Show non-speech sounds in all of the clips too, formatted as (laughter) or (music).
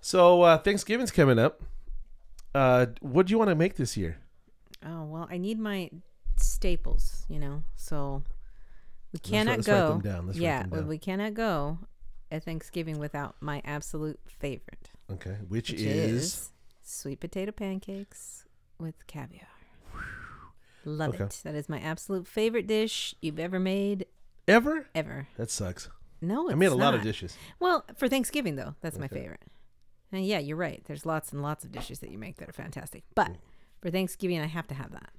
So uh, Thanksgiving's coming up. Uh, what do you want to make this year? Oh well, I need my staples, you know. So we cannot let's write go. them down. Let's write yeah, them well, down. we cannot go at Thanksgiving without my absolute favorite, Okay, which, which is, is sweet potato pancakes with caviar. Love Okay. it. That is my absolute favorite dish you've ever made ever. ever. That sucks. No, I it's made a lot of not. dishes. Well, for Thanksgiving though, that's my Okay. favorite. And yeah, you're right. There's lots and lots of dishes that you make that are fantastic. But Mm. for Thanksgiving, I have to have that.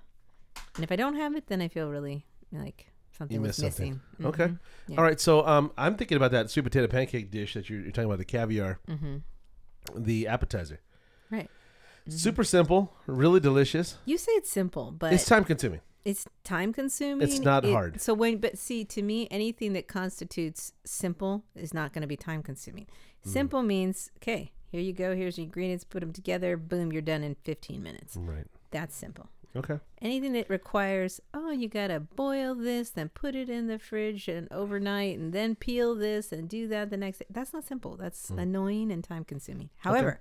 And if I don't have it, then I feel really like something You was missed something. missing. Mm-hmm. Okay. Yeah. All right. So um, I'm thinking about that sweet potato pancake dish that you're, you're talking about, the caviar, Mhm. the appetizer. Right. Mm-hmm. Super simple, really delicious. You say it's simple, but it's it's, time consuming. time consuming. not It- hard. So when, but see, to me, anything that constitutes simple is not going to be time consuming. Mm. Simple means okay. Here you go. Here's your ingredients. Put them together. Boom. You're done in 15 minutes. Right. That's simple. Okay. anything that requires oh you gotta boil this then put it in the fridge and overnight and then peel this and do that the next day that's not simple that's Hmm. annoying and time consuming however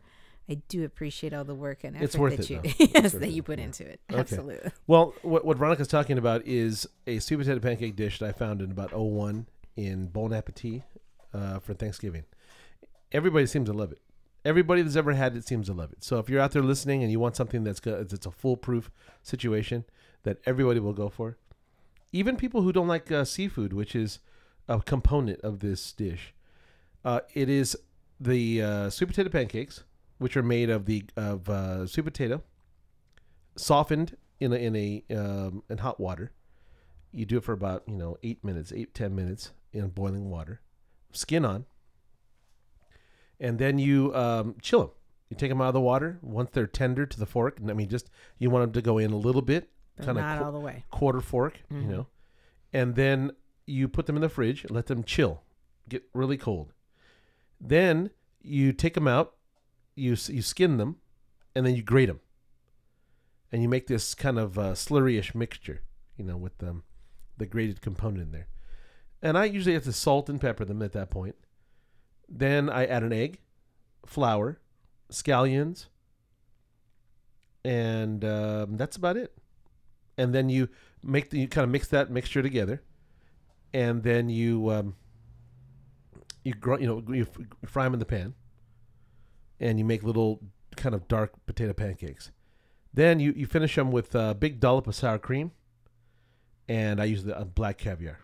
i do appreciate all the work and effort It's worth that it, (laughs) though. you It's yes worth that it, you put yeah. into it Okay. absolutely (laughs) Well, what, what Veronica's talking about is a sweet potato pancake dish that I found in about 01 in Bon Appetit uh, for Thanksgiving. Everybody seems to love it. Everybody that's ever had it seems to love it. So if you're out there listening and you want something that's good, that's a foolproof situation that everybody will go for, even people who don't like uh, seafood, which is a component of this dish, uh, it is the uh, sweet potato pancakes, which are made of the of uh, sweet potato, softened in a, in a um, in hot water. You do it for about you know eight minutes, eight ten minutes in boiling water, skin on, and then you um, chill them. You take them out of the water once they're tender to the fork. And I mean, just you want them to go in a little bit, but kinda not cool- all the way quarter fork, you know, and then you put them in the fridge, let them chill, get really cold. Then you take them out, you s- you skin them, and then you grate them, and you make this kind of uh, slurry-ish mixture, you know, with um, the grated component in there. And I usually have to salt and pepper them at that point. Then I add an egg, flour, scallions, and um, that's about it and then you make the, you kind of mix that mixture together, and then you um, you gr- you know you f- fry them in the pan, and you make little kind of dark potato pancakes. Then you you finish them with a big dollop of sour cream, and I use the uh, black caviar,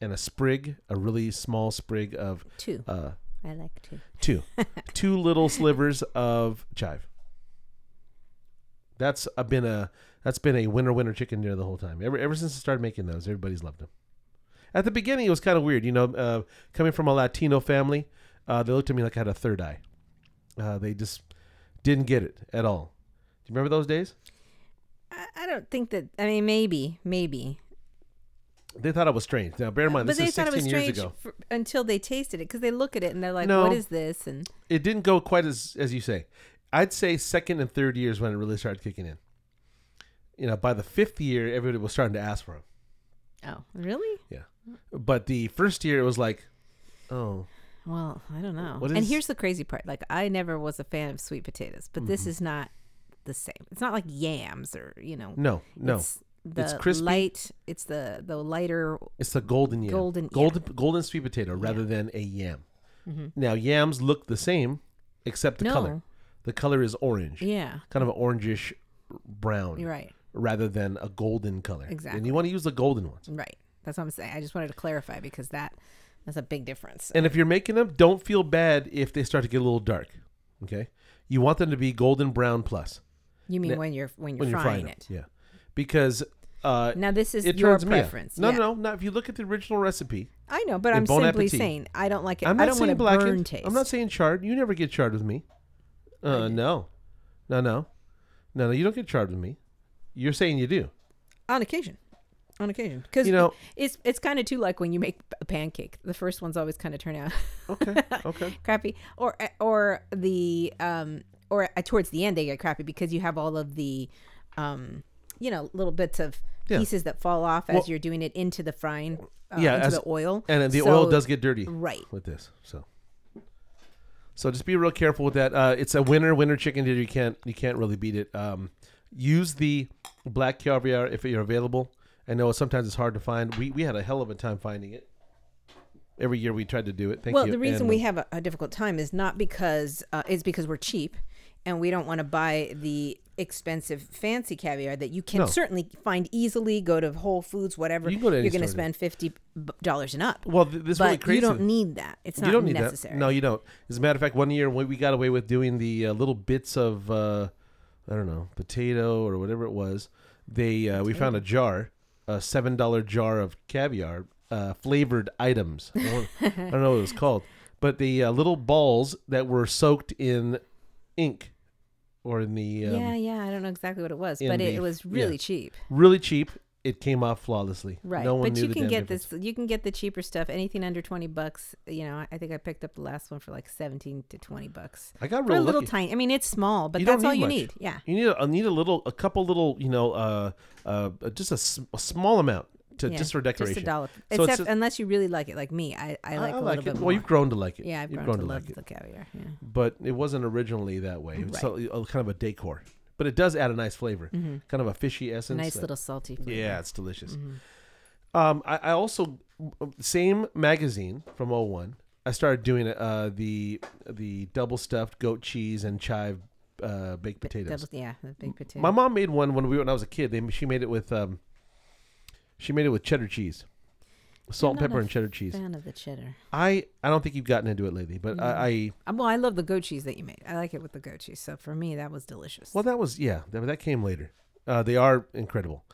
and a sprig, a really small sprig of two uh, i like two two two little slivers of chive that's a, been a that's been a winner winner chicken dinner the whole time ever ever since i started making those everybody's loved them at the beginning it was kind of weird you know uh, coming from a latino family uh, they looked at me like i had a third eye uh, they just didn't get it at all do you remember those days I, I don't think that i mean maybe maybe they thought i was strange now bear in mind but this they is thought it 16 was years strange ago for, until they tasted it because they look at it and they're like No. what is this and it didn't go quite as as you say. I'd say second and third years when it really started kicking in. You know, by the fifth year, everybody was starting to ask for them. oh really But the first year, it was like, oh, Well, I don't know. What and is- here's the crazy part. Like I never was a fan of sweet potatoes, but Mm-hmm. this is not the same. It's not like yams or, you know. no, no, it's, It's the crispy. light it's the the lighter the golden yam, golden- yeah. golden, golden sweet potato rather than a yam. Now yams look the same, except the Mm-hmm. No. color. The color is orange, Yeah. kind of an orangish brown, You're right. rather than a golden color. And Exactly. you want to use the golden ones. Right. That's what I'm saying. I just wanted to clarify because that that's a big difference. And if you're making them, don't feel bad if they start to get a little dark. Okay, you want them to be golden brown plus You mean Now- when you're when you're when you're frying, frying, it. them. Yeah, because uh, Now this is it your turns me. out. preference. No, Yeah. no, no, no. If you look at the original recipe, I know, but And I'm Bon simply Appetit. saying I don't like it. I'm I not don't want saying to blackened. burn taste. I'm not saying charred. You never get charred with me. Uh, no, no, no, no, no. You don't get charred with me. You're saying you do. on occasion on occasion because You know- it's it's kind of too like when you make a pancake the first ones always kind of turn out (laughs) Okay, okay. crappy or eh, or the um or towards the end they get crappy because you have all of the um you know little bits of Yeah. pieces that fall off as Well- you're doing it into the frying uh, Yeah, into as- the oil And the So- oil does get dirty right with this. So, So just be real careful with that. Uh, it's a winner winner chicken dinner. You can't you can't really beat it. Um, use the black caviar if you're available. I know sometimes it's hard to find. We we had a hell of a time finding it. Every year we tried to do it. Thank well, you. the reason And- we have a, a difficult time is not because uh, it's because we're cheap, and we don't want to buy the expensive fancy caviar that you can No. certainly find easily. Go to Whole Foods, whatever. You can go to any are going to store to- spend fifty b- dollars and up. well th- this but really crazy. you don't need that. It's not you don't need necessary. (laughs) that. No, you don't. As a matter of fact, one year we we got away with doing the uh, little bits of uh, I don't know potato or whatever it was. They uh, we found a jar, a seven dollar jar of caviar, uh, flavored items. I don't, I don't know what it was called, but the uh, little balls that were soaked in ink or in the um, yeah, yeah. I don't know exactly what it was, in but it, the- it was yeah. really cheap. really cheap. It came off flawlessly. Right. No one but knew you the can damn get difference. this you can get the cheaper stuff. Anything under 20 bucks, you know, I- I think I picked up the last one for like 17 to 20 bucks. I got For real a little lucky. tiny. I mean, it's small, but You don't that's all need you much. need. Yeah. You need a, need a little, a couple little, you know, uh, uh, just a, s- a small amount to yeah. just for decoration. Just a dollar. So it's Except just- unless you really like it like me. I, I like a little bit it. more. Well, you've grown to like it. yeah, I've you've grown, to, love like it. the caviar. Yeah. But it wasn't originally that way. It was so- uh, kind of a decor, but it does add a nice flavor, kind of a fishy essence. Mm. Mm-hmm. nice that- little salty flavor. Mm. Mm-hmm. Yeah, it's delicious. Um, I, I also same magazine from 01. I started doing uh, the the double stuffed goat cheese and chive uh, baked B- potatoes. double- yeah, the big potato. My mom made one when we when I was a kid. They she made it with um, she made it with cheddar cheese, salt, I'm and not pepper, a and cheddar cheese. Fan of the cheddar. I I don't think you've gotten into it lately, but I, I Um, Well, I love the goat cheese that you made. I like it with the goat cheese. So for me, that was delicious. well that was yeah that, that came later. Uh, they are incredible,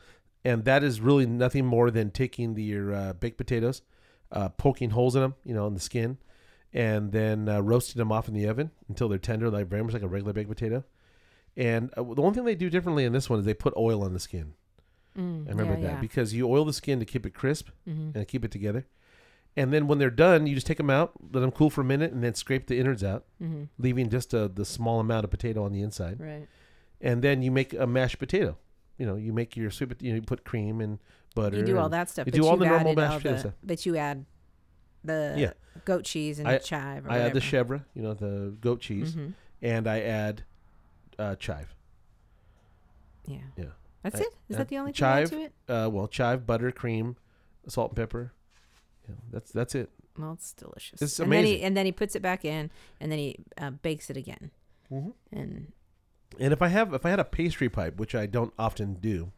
and that is really nothing more than taking the, your uh, baked potatoes, uh, poking holes in them, you know, in the skin, and then uh, roasting them off in the oven until they're tender, like very much like a regular baked potato. And uh, the one thing they do differently in this one is they put oil on the skin. Mm, I remember that yeah, yeah. Mm-hmm. because you oil the skin to keep it crisp and keep it together. And then when they're done, you just take them out, let them cool for a minute, and then scrape the innards out, leaving just a, the small amount of potato on the inside. Mm-hmm. Right. And then you make a mashed potato. You know, you make your sweet, pot- you, know, you put cream and butter. You do all and- that stuff. You but do all you've the normal added mashed all potato the- stuff. But you add the Yeah. goat cheese and I- chive. Or I add the whatever. chevre, you know, the goat cheese, Mhm. and I add uh, chive. Yeah. Yeah. That's I- it. Is I- that the only chive. thing you add to it? Uh, well, chive, butter, cream, salt and pepper. Yeah, that's that's it. Well, it's delicious. It's and then, he, amazing. and then he puts it back in, and then he uh, bakes it again. Mm-hmm. Mhm. And And if I have if I had a pastry pipe, which I don't often do,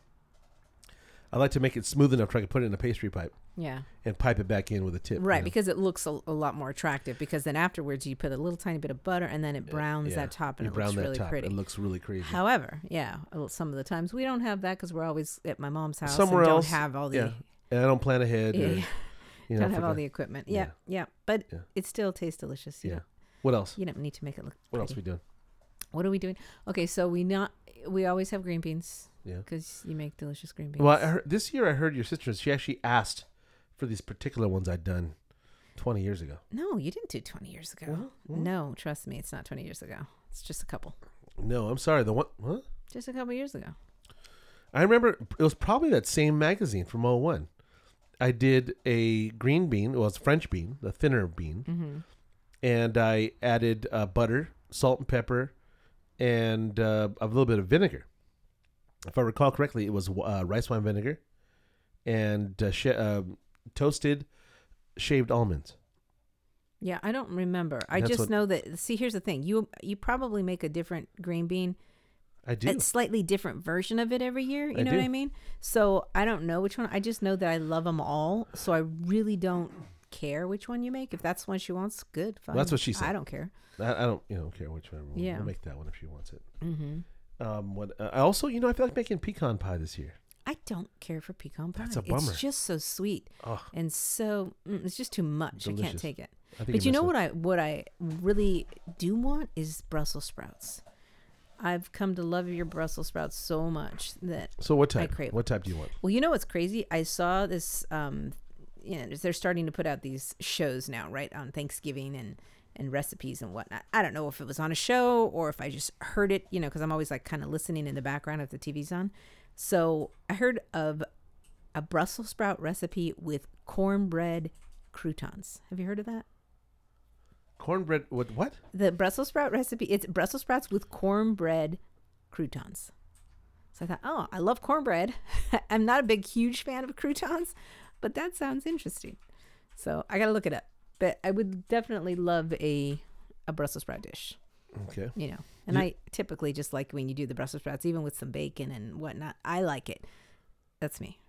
I like to make it smooth enough so I can put it in a pastry pipe yeah, and pipe it back in with a tip. you right, know? because it looks a, a lot more attractive. Because then afterwards, you put a little tiny bit of butter, and then it browns Yeah. that top, and You it brown looks that really top. pretty. It looks really crazy. However, yeah, a little- some of the times we don't have that because we're always at my mom's house. Somewhere and else, don't have all the yeah. And I don't plan ahead. (laughs) Yeah, or, yeah. you know, don't have all the forget- equipment. Yeah. Yeah, yeah, but Yeah. it still tastes delicious. You Yeah. Don't, What else? you don't need to make it look. What else pretty. we doing? What are we doing? Okay, so we not we always have green beans. Yeah. because you make delicious green beans. Well, I heard, this year I heard your sister. She actually asked for these particular ones I'd done twenty years ago. no, you didn't do twenty years ago. No, trust me, it's not twenty years ago. It's just a couple, No, I'm sorry. The one. Huh? just a couple years ago. I remember it was probably that same magazine from 01. I did a green bean, well, it's French bean, the thinner bean, and I added uh, butter, salt and pepper, and uh, a little bit of vinegar. If I recall correctly, it was uh, rice wine vinegar and uh, sh- um toasted shaved almonds. Yeah, I don't remember. I That's just what- know that. See, here's the thing: you you probably make a different green bean, I do. a slightly different version of it every year. You I know what do. I mean? So I don't know which one. I just know that I love them all. So I really don't care which one you make. If that's the one she wants, good. Fine. that's what she said. I don't care. I, I don't, you know, care which one. We'll, Yeah. we'll make that one if she wants it. Mm-hmm. Um, what I also, you know, I feel like making pecan pie this year. I don't care for pecan pie. That's a bummer. It's just so sweet Ugh. and so mm, it's just too much. I Delicious. can't take it. I think But you missed know one. what I what I really do want is Brussels sprouts. I've come to love your Brussels sprouts so much that So what type? crave What type do you want? well, you know what's crazy? I saw this. Um, you know, they're starting to put out these shows now, right, on Thanksgiving and and recipes and whatnot. I don't know if it was on a show or if I just heard it, you know, because I'm always like kind of listening in the background if the TV's on. So I heard of a Brussels sprout recipe with cornbread croutons. Have you heard of that? Cornbread with what? The Brussels sprout recipe, it's Brussels sprouts with cornbread croutons. So I thought, oh, I love cornbread. (laughs) I'm not a big, huge fan of croutons, but that sounds interesting. So I got to look it up. But I would definitely love a, a Brussels sprout dish, Okay. you know. And You- I typically just like when you do the Brussels sprouts, even with some bacon and whatnot. I like it. That's me.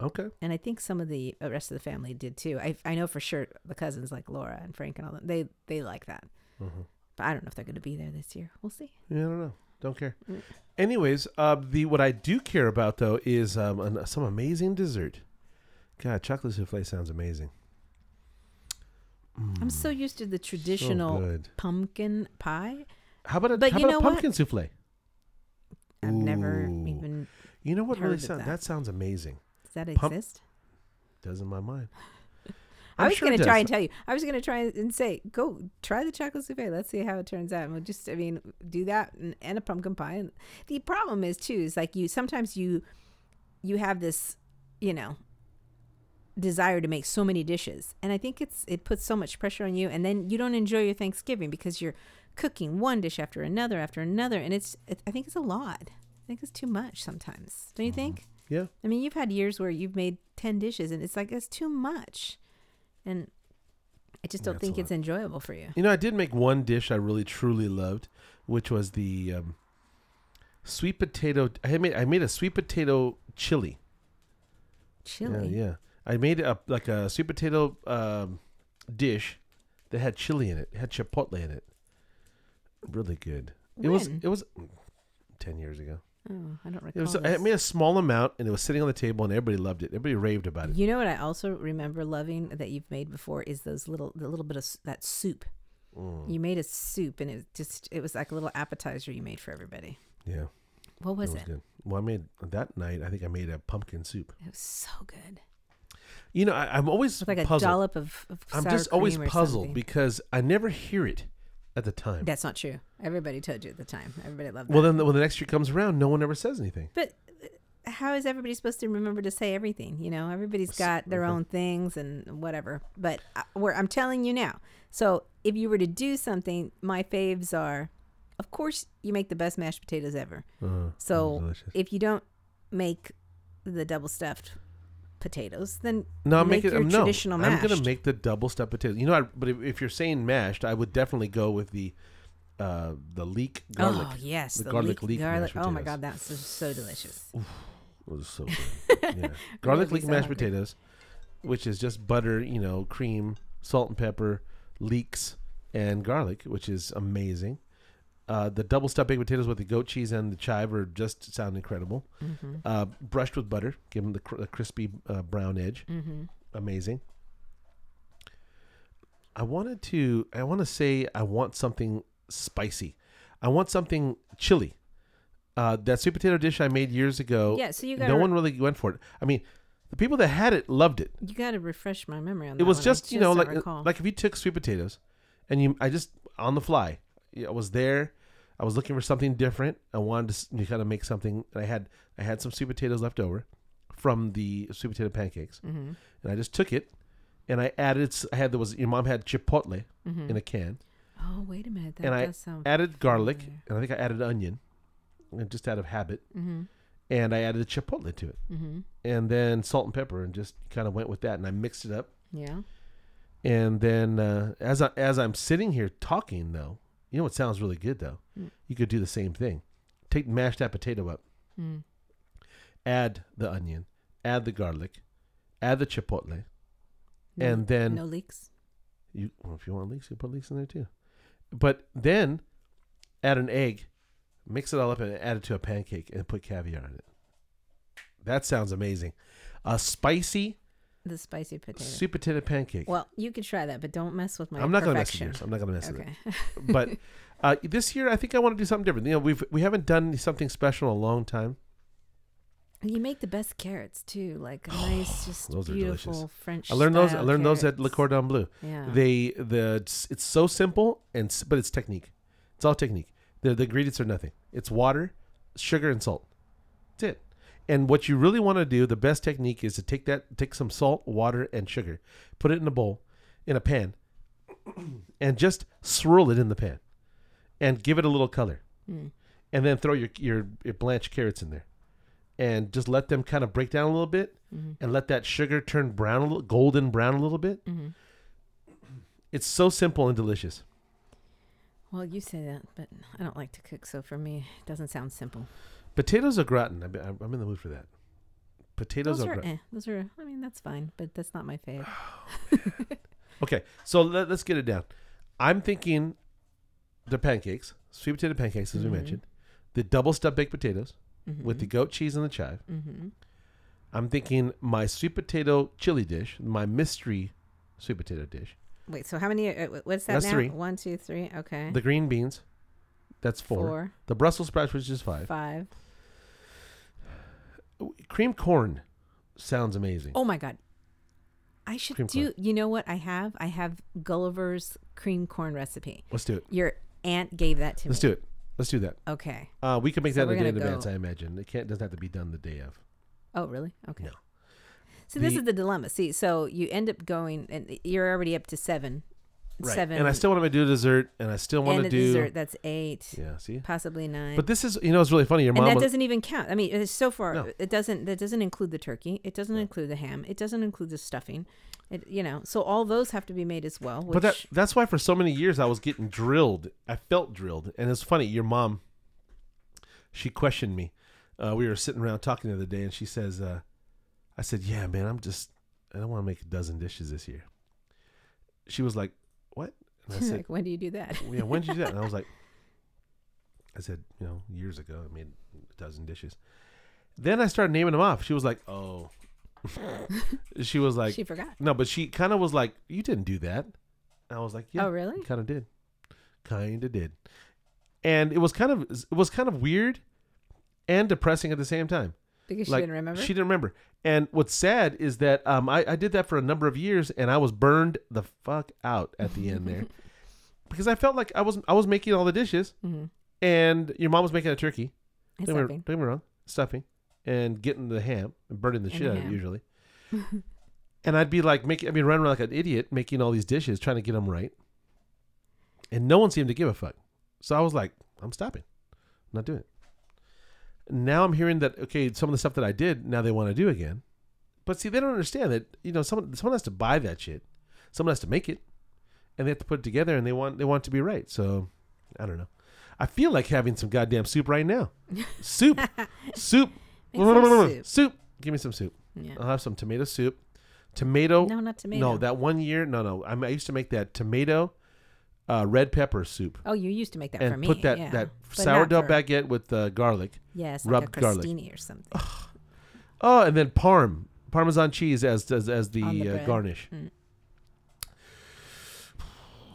Okay. and I think some of the uh, rest of the family did too. I I know for sure the cousins like Laura and Frank and all that they they like that. Mm-hmm. But I don't know if they're going to be there this year. We'll see. Yeah, I don't know. Don't care. Mm. Anyways, uh, the what I do care about though is um, an, some amazing dessert. God, chocolate souffle sounds amazing. Mm, I'm so used to the So traditional good. pumpkin pie. How about a But how you about know what? pumpkin souffle? I've never Ooh. even You know what Heard really of sounds that. that. sounds amazing. does that Pump- exist? Does in my (laughs) mind. i I'm was sure it going to try does. and tell you. I was going to try and say, go try the chocolate souffle. Let's see how it turns out. And we'll just, I mean, do that and, and a pumpkin pie. And the problem is too is like you sometimes you you have this, you know, desire to make so many dishes, and I think it's it puts so much pressure on you, and then you don't enjoy your Thanksgiving because you're cooking one dish after another after another, and it's it, I think it's a lot. I think it's too much sometimes. Don't you Mm-hmm. think? Yeah. I mean, you've had years where you've made 10 dishes and it's like, that's too much. And I just don't That's a think lot. it's enjoyable for you. You know, I did make one dish I really truly loved, which was the um, sweet potato. I had made I made a sweet potato chili. Chili. Yeah, yeah. I made a like a sweet potato um, dish that had chili in it. It had chipotle in it. Really good. It was. When? It was mm, ten years ago. Oh, I don't It recall. was. I this. made a small amount, and it was sitting on the table, and everybody loved it. Everybody raved about it. you know what I also remember loving that you've made before is those little, the little bit of s- that soup. Mm, You made a soup and it just, it was like a little appetizer you made for everybody. yeah, What was it? was good. Well, I made that night. I think I made a pumpkin soup. It was so good. You know, I, I'm always It's like a puzzled. dollop of, of I'm sour just always cream or puzzled something. because I never hear it at the time. That's not true. Everybody told you at the time. Everybody loved that. well, then when the next year comes around, no one ever says anything. But uh, how is everybody supposed to remember to say everything? You know, everybody's got their okay. own things and whatever. But I, where I'm telling you now. So if you were to do something, my faves are, of course, you make the best mashed potatoes ever. Uh, So delicious. if you don't make the double stuffed potatoes, then No, I'm make making your um, no. traditional I'm gonna mashed. make the double stuffed potato. You know, I, but if, if you're saying mashed, I would definitely go with the uh, the leek garlic. oh yes, The the, garlic garlic leek leek garlic. mashed Oh my potatoes. god, that's just so delicious. It was (laughs) so good. yeah. garlic be leek so mashed hungry. potatoes, which is just butter, you know, cream, salt and pepper, leeks, and garlic, which is amazing. Uh, the double stuffed baked potatoes with the goat cheese and the chive are just sound incredible. Mm-hmm. Uh, brushed with butter, give them the, cr- the crispy uh, brown edge. Mm-hmm. amazing. I wanted to. I want to say I want something spicy. I want something chili. Uh, that sweet potato dish I made years ago. Yeah, so you got no one really went for it. I mean, the people that had it loved it. you got to refresh my memory on that. It was one. I just you know don't like uh, recall. like if you took sweet potatoes, and you I just on the fly. yeah, I was there. I was looking for something different. I wanted to s- to kind of make something. And I had I had some sweet potatoes left over from the sweet potato pancakes Mhm. and I just took it and I added s- I had there was your mom had chipotle Mhm. in a can. Oh wait a minute, that and I does sound Added garlic familiar. and I think I added onion uh, just out of habit Mm-hmm. and I added chipotle to it Mm-hmm. and then salt and pepper and just kind of went with that and I mixed it up Yeah. and then uh, as I, as I'm sitting here talking though, you know what sounds really good though. Mm. You could do the same thing. Take mash that potato up, Mm. add the onion, add the garlic, add the chipotle, and then no leaks. You well, if you want leeks, you put leeks in there too. But then add an egg, mix it all up, and add it to a pancake and put caviar on it. That sounds amazing. A spicy The spicy potato. sweet potato pancake. Well, you could try that, but don't mess with my. I'm not gonna mess with perfection. yours. I'm not gonna mess with it. Okay. (laughs) But (laughs) uh, this year, I think I want to do something different. You know, we've we haven't done something special in a long time. And you make the best carrots too, like (sighs) a nice, just Those are delicious. beautiful French. I learned those. I style learned those at Le carrots. Cordon Bleu. Yeah. They the it's, it's so simple and s- but it's technique. It's all technique. The the ingredients are nothing. It's water, sugar, and salt. That's it. And what you really want to do, the best technique is to take that, take some salt, water, and sugar, put it in a bowl, in a pan, (clears throat) and just swirl it in the pan and give it a little color. Mm. And then throw your, your, your blanched carrots in there and just let them kind of break down a little bit Mhm. and let that sugar turn brown, a little, golden brown a little bit. Mhm. It's so simple and delicious. Well, you say that, but I don't like to cook, so for me, it doesn't sound simple. Potatoes au gratin. I'm, I'm in the mood for that. Potatoes Those au are, gratin. eh, those are, I mean, that's fine, but that's not my fave. Okay, so let, us get it down. I'm thinking the pancakes, sweet potato pancakes, as Mhm. we mentioned, the double stuffed baked potatoes Mm-hmm. with the goat cheese and the chive. Mm-hmm. I'm thinking my sweet potato chili dish, my mystery sweet potato dish, Wait, so how many? Uh, wh- what's that That's now? three. One, two, three. Okay. the green beans, that's four, Four, the Brussels sprouts, which is five. five. Cream corn sounds amazing. Oh my god. I should Cream do. You know what I have? I have Gulliver's cream corn recipe. Let's do it. Your aunt gave that to Let's me. do it. Let's do that. Okay. Uh, we can make So that a we're day in gonna advance, go- I imagine. It can't doesn't have to be done the day of. Oh, really? Okay. No. So this The- is the dilemma. See, so you end up going, and you're already up to seven. Seven. And I still want to do dessert, and I still want and to a do dessert. That's eight, yeah. See, possibly nine. But this is, you know, it's really funny. Your and mom, that doesn't even count. I mean, it's so far No. it doesn't. That doesn't include the turkey. It doesn't include the ham. It doesn't include the stuffing. It, you know, so all those have to be made as well. Which, but that, that's why for so many years I was getting drilled. I felt drilled, and it's funny. Your mom, she questioned me. Uh, we were sitting around talking the other day, and she says, uh, "I said, yeah, man, I'm just, I don't want to make a dozen dishes this year." She was like, "What?" And I said, (laughs) like, when do you do that? "Well, "Yeah, when did you do that?" And I was like, "I said, you know, years ago, I made a dozen dishes." Then I started naming them off. She was like, "Oh." (laughs) she was like, she forgot. No, but she kind of was like, "You didn't do that." And I was like, "Yeah, Oh, really? Kind of did, kind of did." And it was kind of it was kind of weird and depressing at the same time. Because she like, didn't remember. She didn't remember. And what's sad is that um, I, I did that for a number of years, and I was burned the fuck out at the end (laughs) there, because I felt like I was I was making all the dishes, mm-hmm. and your mom was making a turkey. And Don't get, me, stuffing. don't get me wrong, stuffing and getting the ham and burning the And shit the out of it ham. (laughs) usually. and I'd be like making, I'd be running around like an idiot making all these dishes, trying to get them right. And no one seemed to give a fuck. So I was like, I'm stopping, I'm not doing it. Now I'm hearing that okay, some of the stuff that I did, now they want to do again. But see, they don't understand that you know someone someone has to buy that shit, someone has to make it, and they have to put it together, and they want they want it to be right. So I don't know. I feel like having some goddamn soup right (laughs) now. Soup, soup, Make some soup. soup. Give me some soup. Yeah. I'll have some tomato soup. Tomato. Oh. no, not tomato. Oh. No, that one year. No, no. I'm- I used to make that tomato, uh, red pepper soup, Oh, you used to make that for and me. put that yeah. that But not sourdough for- baguette with uh, garlic. Yes, rubbed like a garlic. crostini or something. Oh, and then parm, parmesan cheese as as, as the, On the uh, bread. garnish.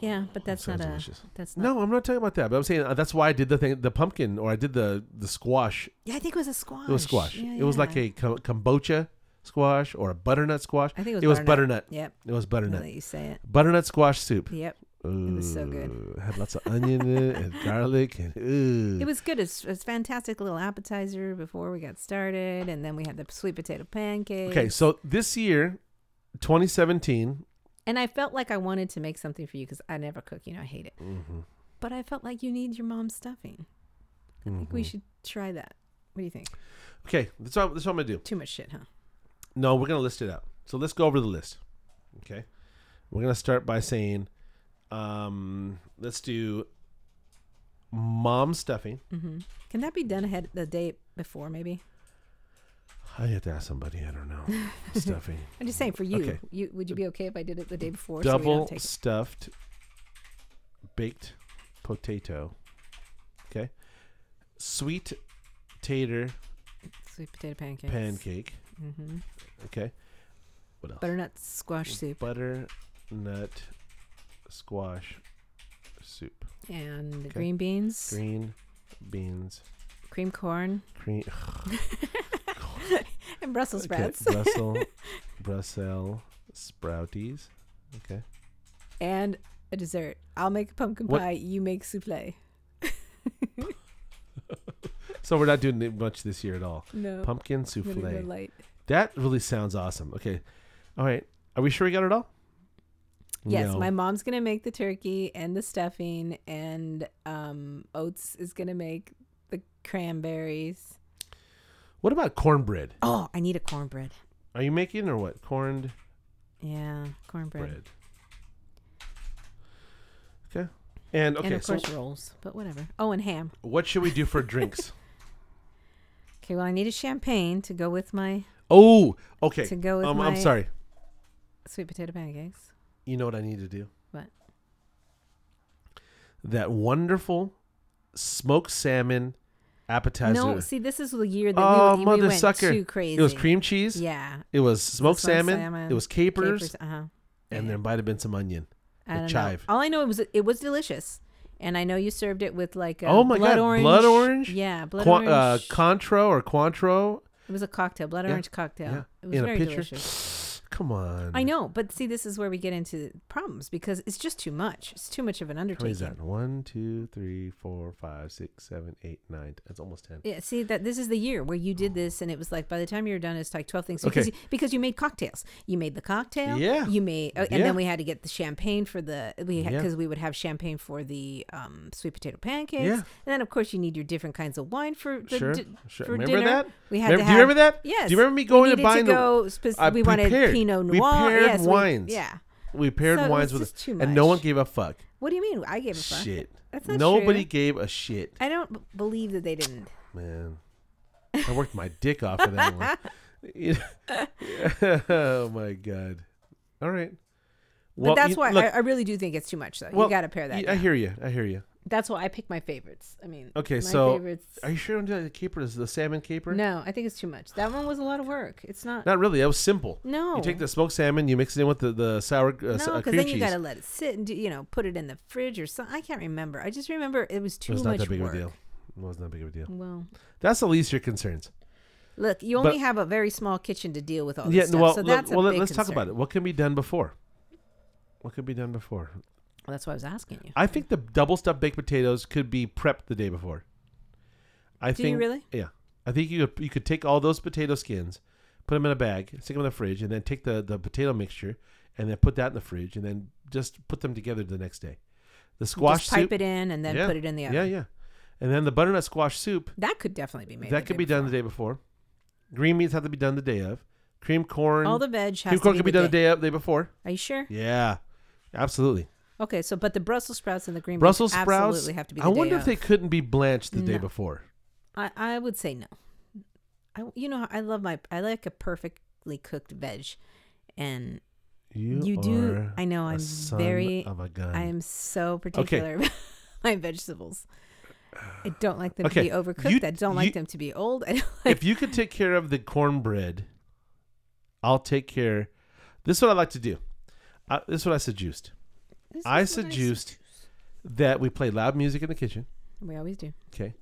yeah, but that's not sounds a. delicious. That's not. No, I'm not talking about that. But I'm saying uh, that's why I did the thing, the pumpkin, or I did the the squash. Yeah, I think it was a squash. It was squash. Yeah, It was like yeah. a com- kombucha squash or a butternut squash. I think It was butternut. Yep. It was Now butternut. that you say it. Butternut squash soup. Yep. Ooh, was so good. Had lots of onion in it and garlic (laughs) and ooh. It was good. It's it's fantastic little appetizer before we got started, and then we had the sweet potato pancake. okay, so this year, 2017. And I felt like I wanted to make something for you because I never cook. You know, I hate it. Mm-hmm, But I felt like you need your mom's stuffing. I think we should try that. What do you think? Mm-hmm. Okay, that's what, that's what I'm gonna do. Too much shit, huh? No, we're gonna list it out. So let's go over the list. Okay, we're gonna start by saying, um, let's do mom stuffing. hmm Can that be done ahead the day before? Maybe. I have to ask somebody. I don't (laughs) know stuffing. I'm just saying for you. Okay. You would you be okay if I did it the day before? so we double don't take it? stuffed baked potato. Okay. Sweet tater sweet potato pancakes. pancake. hmm Okay. What else? Butternut Mm. squash soup Butternut squash soup. and the Okay. green beans, Green beans. cream (laughs) corn, (laughs) Cream. and Brussels Okay. sprouts, Brussels. Brussels sprouties. Okay. (laughs) and a dessert. I'll make a pumpkin What- pie. You make souffle. So we're not doing it much this year at all. No. Pumpkin I'm gonna souffle. go light. That really sounds awesome. Okay. All right. Are we sure we got it all? Yes, No. my mom's gonna make the turkey and the stuffing, and um, Oats is gonna make the cranberries. What about cornbread? Oh, I need a cornbread. Are you making or what? Corned Yeah, cornbread, bread. Okay. And okay, and of so course rolls, but whatever. Oh, and ham. what should we do (laughs) for drinks? Okay, well, I need a champagne to go with my Oh, okay. To go with um, I'm my- sorry. sweet potato pancakes. You know what I need to do? What? That wonderful smoked salmon appetizer. No, see, this is the year that uh, Oh, we, we mother went sucker. too crazy. it was cream cheese. Yeah, It was smoked Smoked salmon, salmon, It was capers, capers. Uh huh. and there might have been some onion. I with don't chive. know. All I know it was it was delicious, and I know you served it with like a Oh my blood God, orange. blood orange? Yeah, blood Qua- orange. uh, Contro or Cointreau. it was a cocktail, blood Yeah, orange cocktail. yeah, It was in a very pitcher. delicious. Come on. I know, but see, this is where we get into problems because it's just too much. It's too much of an How many is undertaking. that? One, two, three, four, five, six, seven, eight, nine. That's almost ten. Yeah, see that this is the year where you did this, and it was like by the time you were done, it's like twelve things because Okay. you, because you made cocktails. You made the cocktail. Yeah. You made, oh, and Yeah. then we had to get the champagne for the we Yeah. because we would have champagne for the um, sweet potato pancakes. Yeah. And then of course you need your different kinds of wine for the Sure, di- sure. for Remember dinner. that? We had Remember- to do you remember have- that? Do you Yes. remember me going we and needed buying to the- go spec- I we wanted prepared- Pinot we Noir. paired yes, we- wines. yeah. We paired So it was wines with just too and no one much. gave a fuck. What do you mean? I gave a fuck. Shit. That's not Nobody true. gave a shit. I don't b- believe that they didn't. Man, I worked my dick off for that one. You know- (laughs) oh my god! All right. But that's why I, I really do think it's too much, though. you got to pair that. I down. hear you. I hear you. That's why I pick my favorites. I mean, Okay, my so favorites. are you sure I'm doing the caper? Is the salmon caper? No, I think it's too much. That one was a lot of work. It's not. Not really. That was simple. No. You take the smoked salmon, you mix it in with the, the sour uh, s- no, uh, because cream then you cheese. got to let it sit and do, you know put it in the fridge or something. I can't remember. I just remember it was it too was much not that big work. of a deal. It was not that big of a deal. Well, That's the least of your concerns. look, you only But- have a very small kitchen to deal with all this yeah. stuff. well, Oh, so look- that's well a let- big let's talk concern. about it. What can be done before? What could be done before? Well, that's what I was asking you. I think the double stuffed baked potatoes could be prepped the day before. I Do you think really? Yeah, I think you could, you could take all those potato skins, put them in a bag, stick them in the fridge, and then take the the potato mixture and then put that in the fridge, and then just put them together the next day. The squash just pipe soup, it in and then yeah, put it in the oven. Yeah, yeah, and then the butternut squash soup That could definitely be made. that could be done the day before. Green beans have to be done the day of. Cream corn, All the veg has cream corn to could be, be the done the day of, day before. Are you sure? Yeah, absolutely. Okay, so but the Brussels sprouts and the green beans Brussels sprouts. absolutely have to be. The I wonder day if of. they couldn't be blanched the day No. before. I, I would say no. I you know I love my I like a perfectly cooked veg, and You, You do- are I know, a I'm son very- Of a gun. I am so particular about (laughs) my vegetables. I don't like them Okay, to be overcooked. you- I don't like you- them to be old. (laughs) I don't (laughs) like, if you could take care of the cornbread, I'll take care. This is what I like to do. I, this is what I seduced. This is I what seduced that we play loud music in the kitchen. we always do. Okay.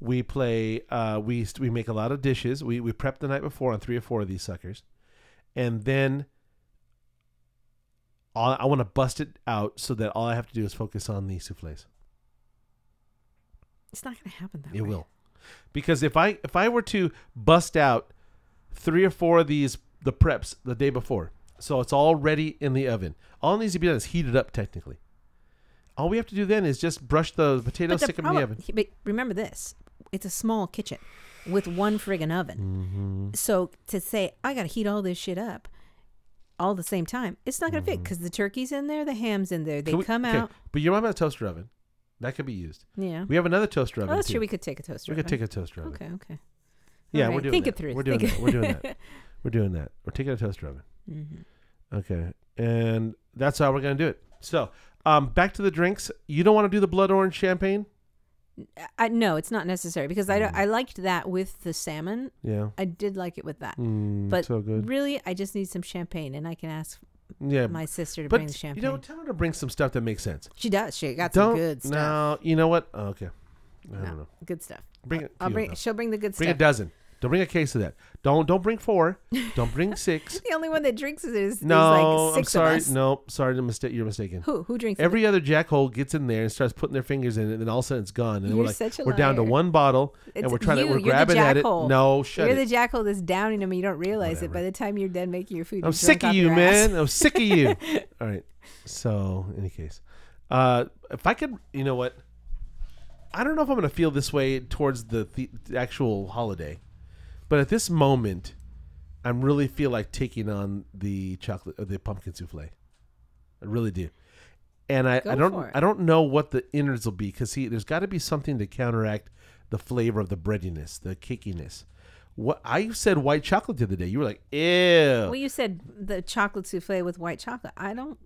We play. Uh, we st- we make a lot of dishes. We we prep the night before on three or four of these suckers, and then all, I want to bust it out so that all I have to do is focus on the souffles. It's not going to happen that It way. will, because if I if I were to bust out three or four of these the preps the day before, so it's all ready in the oven. All it needs to be done is heat it up technically. All we have to do then is just brush the potatoes, But the stick them in problem- the oven. But remember this: it's a small kitchen with one friggin' oven. Mm-hmm. So to say I got to heat all this shit up all the same time, it's not going to fit because the turkey's in there, the ham's in there. They Mm. Can we- come okay, out. but your mom has a toaster oven. That could be used. Yeah. We have another toaster oven. Oh, that's too. true. We could take a toaster. We could take a toaster oven. Okay. Okay. Yeah, All we're right, doing Think that. it through. We're doing Think that. We're doing (laughs) that. We're doing that. We're taking a toaster oven. Mhm. Okay, and that's how we're gonna do it. So, um, back to the drinks. You don't want to do the blood orange champagne. I, no, it's not necessary because I Mm. don't, I liked that with the salmon. Yeah. I did like it with that. Mm, But so good. Really, I just need some champagne, and I can ask yeah, my sister to but bring the champagne. you know, tell her to bring some stuff that makes sense. she does. She got don't some good stuff. no. You know what? Oh, okay, I No, don't know. good stuff. Bring it. I'll few bring. of them. She'll bring the good Bring a stuff. dozen. Don't bring a case of that. Don't don't bring (laughs) four. Don't bring six. The only one that drinks it is, is no, like 6 I'm sorry. of us. No, sorry to mistake. You're mistaken. Who who drinks it? Every other jackhole gets in there and starts putting their fingers in it, and then all of a sudden it's gone. And then You're we're like, such a we're down to liar. one bottle, It's and we're trying you. to, we're You're the grabbing at it. jackhole. No, shut You're it. the jackal that's downing them and you don't realize it. By Whatever. the time you're done making your food, I'm you sick drunk of off you, your (laughs) ass. man. I'm sick of (laughs) you. All right. So, in any case, uh, if I could, you know what? I don't know if I'm going to feel this way towards the, the actual holiday, but at this moment, I really feel like taking on the chocolate or the pumpkin souffle. I really do. And I, Go I for don't it. I don't know what the innards will be because see, there's got to be something to counteract the flavor of the breadiness, the cakiness. What I said white chocolate the other day. You were like, ew. Well, you said the chocolate souffle with white chocolate. I don't.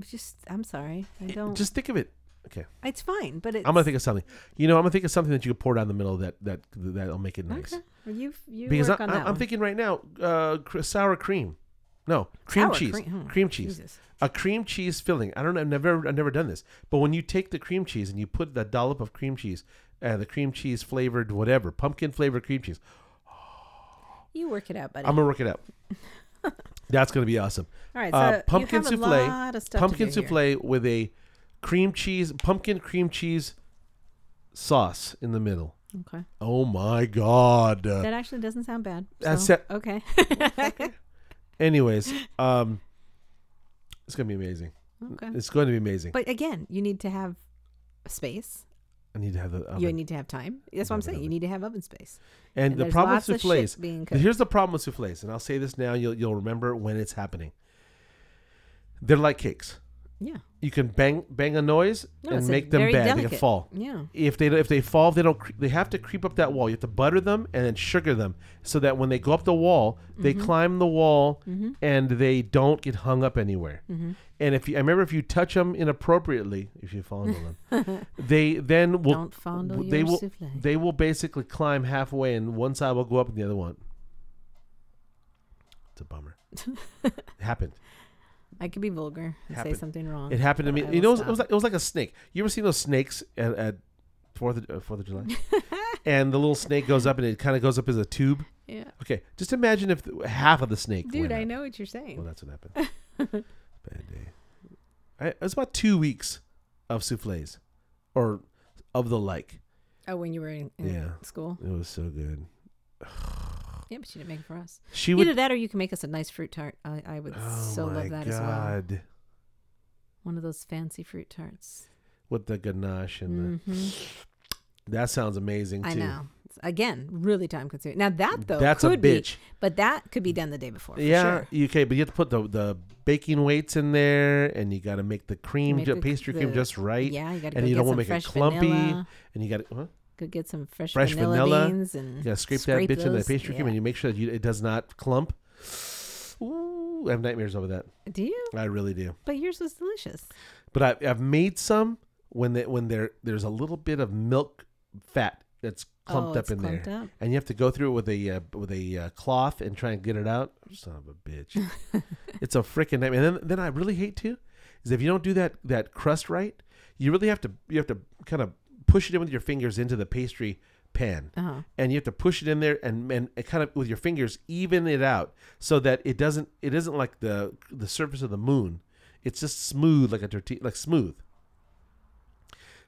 Just, I'm sorry. I don't. Just think of it. Okay, it's fine, but it's. I'm gonna think of something. You know, I'm gonna think of something that you could pour down the middle of that that that'll make it nice. Okay. Well, You you Because I, work on that I, am one. thinking right now, uh, cr- sour cream, no cream Sour cheese, cream, hmm. cream cheese, Jesus. a cream cheese filling. I don't. know, I've never. I've never done this. But when you take the cream cheese and you put the dollop of cream cheese, uh, the cream cheese flavored whatever pumpkin flavored cream cheese, You work it out, buddy. I'm gonna work it (laughs) out. That's gonna be awesome. All right, so Uh, you pumpkin have a souffle, lot of stuff to pumpkin do here. souffle with a cream cheese, pumpkin cream cheese sauce in the middle. okay. Oh my god! That actually doesn't sound bad. Uh, That's so- it. Okay. (laughs) Anyways, um, it's gonna be amazing. (laughs) okay. It's going to be amazing. But again, you need to have space. I need to have the oven. You need to have time. That's what I'm Oven, saying. You oven. need to have oven space. and, and the there's problem with lots of shit souffles. being cooked. Here's the problem with souffles, and I'll say this now. You'll you'll remember when it's happening. They're like cakes. Yeah. You can bang bang a noise No, and it's, make like, them very bad. They delicate. can fall. Yeah. if they if they fall, they don't. cre- They have to creep up that wall. You have to butter them and then sugar them so that when they go up the wall, they Mm-hmm. climb the wall and they don't get hung up anywhere. Mm-hmm. And if you, I remember, if you touch them inappropriately, if you fondle (laughs) them, they then will Don't fondle they your will souffle. they will basically climb halfway, and one side will go up and the other one. It's a (laughs) bummer. it happened. I could be vulgar and Happened. say something wrong. (laughs) It happened to me. I You will know, it was, it stop. was like it was like a snake. You ever seen those snakes at, at Fourth of, uh, Fourth of (laughs) July? and the little snake goes up, and it kind of goes up as a tube. yeah. Okay, just imagine if th- half of the snake. Dude, went I up. know what you're saying. Well, that's what happened. (laughs) Bad day. I, it was about two weeks of souffles, or of the like. oh, when you were in, in Yeah. school. It was so good. Yeah, but you didn't make it for us. (sighs) She would. Either that or you can make us a nice fruit tart. I, I would oh so my love that god! as well. One of those fancy fruit tarts. With the ganache and hmm the, that sounds amazing too. I know. It's, Again, really time consuming. Now that though That's a could be, bitch. but that could be done the day before. For Yeah, sure. you- okay, but you have to put the, the baking weights in there, and you got to make the cream, Make ju- the- pastry cream the- just right. Yeah, you got to and go you get don't some want to make fresh it clumpy. vanilla. And you got to huh? Go get some fresh, Fresh vanilla, vanilla. beans and you got to scrape, Scrape that bitch in the those, pastry cream, yeah. and you make sure that you, it does not clump. Ooh, I have nightmares over that. do you? I really do. But yours was delicious. But I, I've made some when they, when there there's a little bit of milk fat that's clumped oh, up it's in clumped there, Up. and you have to go through it with a uh, with a uh, cloth and try and get it out. Son of a (laughs) bitch. It's a freaking nightmare. And then, then I really hate too is if you don't do that that crust right, you really have to you have to kind of push it in with your fingers into the pastry pan, uh-huh. and you have to push it in there and and kind of with your fingers even it out so that it doesn't it isn't like the the surface of the moon. It's just smooth like a tortilla, like smooth.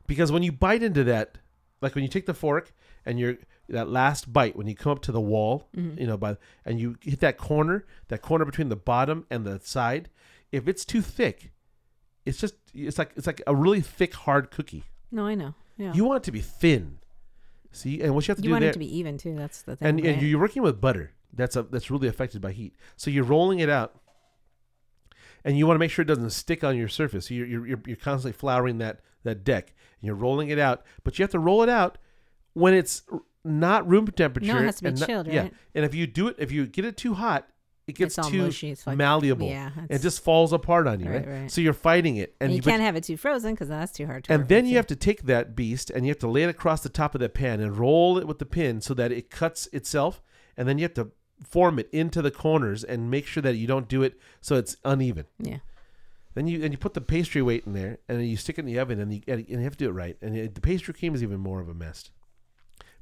Because when you bite into that, like when you take the fork and you're that last bite when you come up to the wall, Mm-hmm. you know, by and you hit that corner, that corner between the bottom and the side, if it's too thick, it's just it's like it's like a really thick hard cookie. No, I know. Yeah. You want it to be thin. See, and what you have to You do want there, it to be even too. That's the thing. and, and right? you're working with butter. That's a, that's really affected by heat. So you're rolling it out, and you want to make sure it doesn't stick on your surface. So you're you're, you're, you're constantly flouring that that deck. And you're rolling it out, but you have to roll it out when it's r- not room temperature. has to be and not- chilled, Yeah, right? and if you do it, if you get it too hot, it gets all too mushy. It's like- malleable. yeah, it it's- just falls apart on you. Right, Right, right. So you're fighting it, and, And you but- can't have it too frozen because that's too hard to and then you have to take that beast and you have to lay it across the top of that pan and roll it with the pin so that it cuts itself. And then you have to form it into the corners and make sure that you don't do it so it's uneven. Yeah. Then you and you put the pastry weight in there and then you stick it in the oven and you, and you have to do it right. And it- the pastry cream is even more of a mess.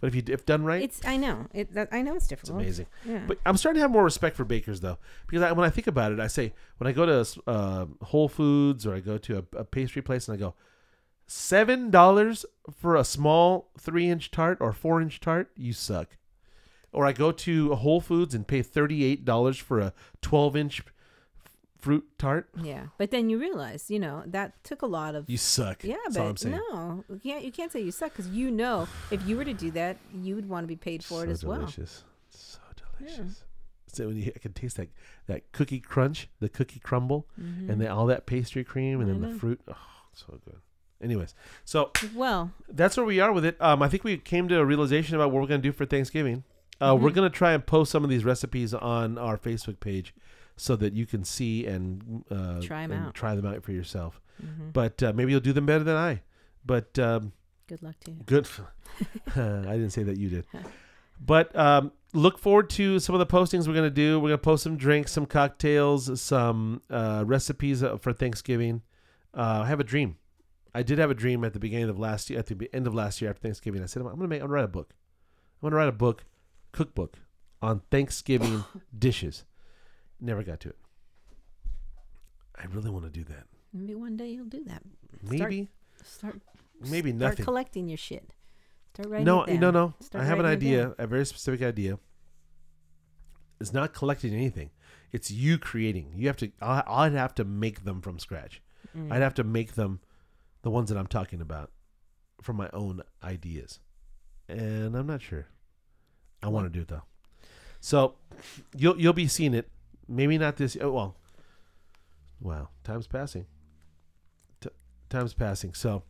But if you if done right, It's I know it. That, I know it's difficult. amazing. Yeah. But I'm starting to have more respect for bakers though, because I, when I think about it, I say when I go to uh, Whole Foods or I go to a, a pastry place and I go seven dollars for a small three inch tart or four inch tart, you suck. Or I go to a Whole Foods and pay thirty eight dollars for a twelve inch fruit tart, yeah. But then you realize, you know, that took a lot of. you suck. yeah, That's but all I'm saying. no, you can't. You can't say you suck because you know if you were to do that, you would want to be paid for it So as well. delicious. So delicious. So when you, I can taste that that cookie crunch, the cookie crumble, Mm-hmm. and then all that pastry cream, and I then know. the fruit. Oh, so good. Anyways, so Well, that's where we are with it. Um, I think we came to a realization about what we're gonna do for Thanksgiving. Uh, We're Mhm. gonna try and post some of these recipes on our Facebook page, so that you can see and uh, Try 'em and out. Try them out for yourself. mhm. But uh, maybe you'll do them better than I. But um, good luck to you. Good. (laughs) I didn't say that you did. But um, look forward to some of the postings we're going to do. We're going to post some drinks, some cocktails, some uh, recipes uh, for Thanksgiving. Uh, I have a dream. I did have a dream at the beginning of last year, at the be- end of last year after Thanksgiving. I said, I'm going to make, I'm going to write a book. I'm going to write a book, cookbook on Thanksgiving dishes. Never got to it. I really want to do that. Maybe one day you'll do that. Maybe, Start. maybe Start nothing. collecting your shit. Start writing. no, it down. no, no. Start I have an writing it idea, a very specific idea. It's not collecting anything. It's you creating. You have to. I, I'd have to make them from scratch. Mm. I'd have to make them, the ones that I'm talking about, from my own ideas, and I'm not sure. I want to do it though. So, you'll you'll be seeing it. Maybe not this. Oh, well, wow. Time's passing. T- time's passing. So,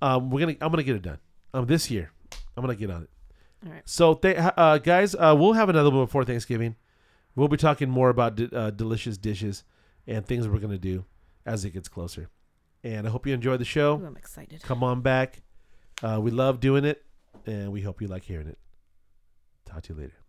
um, we're gonna. I'm gonna get it done. Um, this year, I'm gonna get on it. All right. So, th- uh, guys, uh, we'll have another one before Thanksgiving. We'll be talking more about d- uh, delicious dishes and things we're gonna do as it gets closer. And I hope you enjoyed the Ooh, show. I'm excited. Come on back. Uh, we love doing it, and we hope you like hearing it. Talk to you later.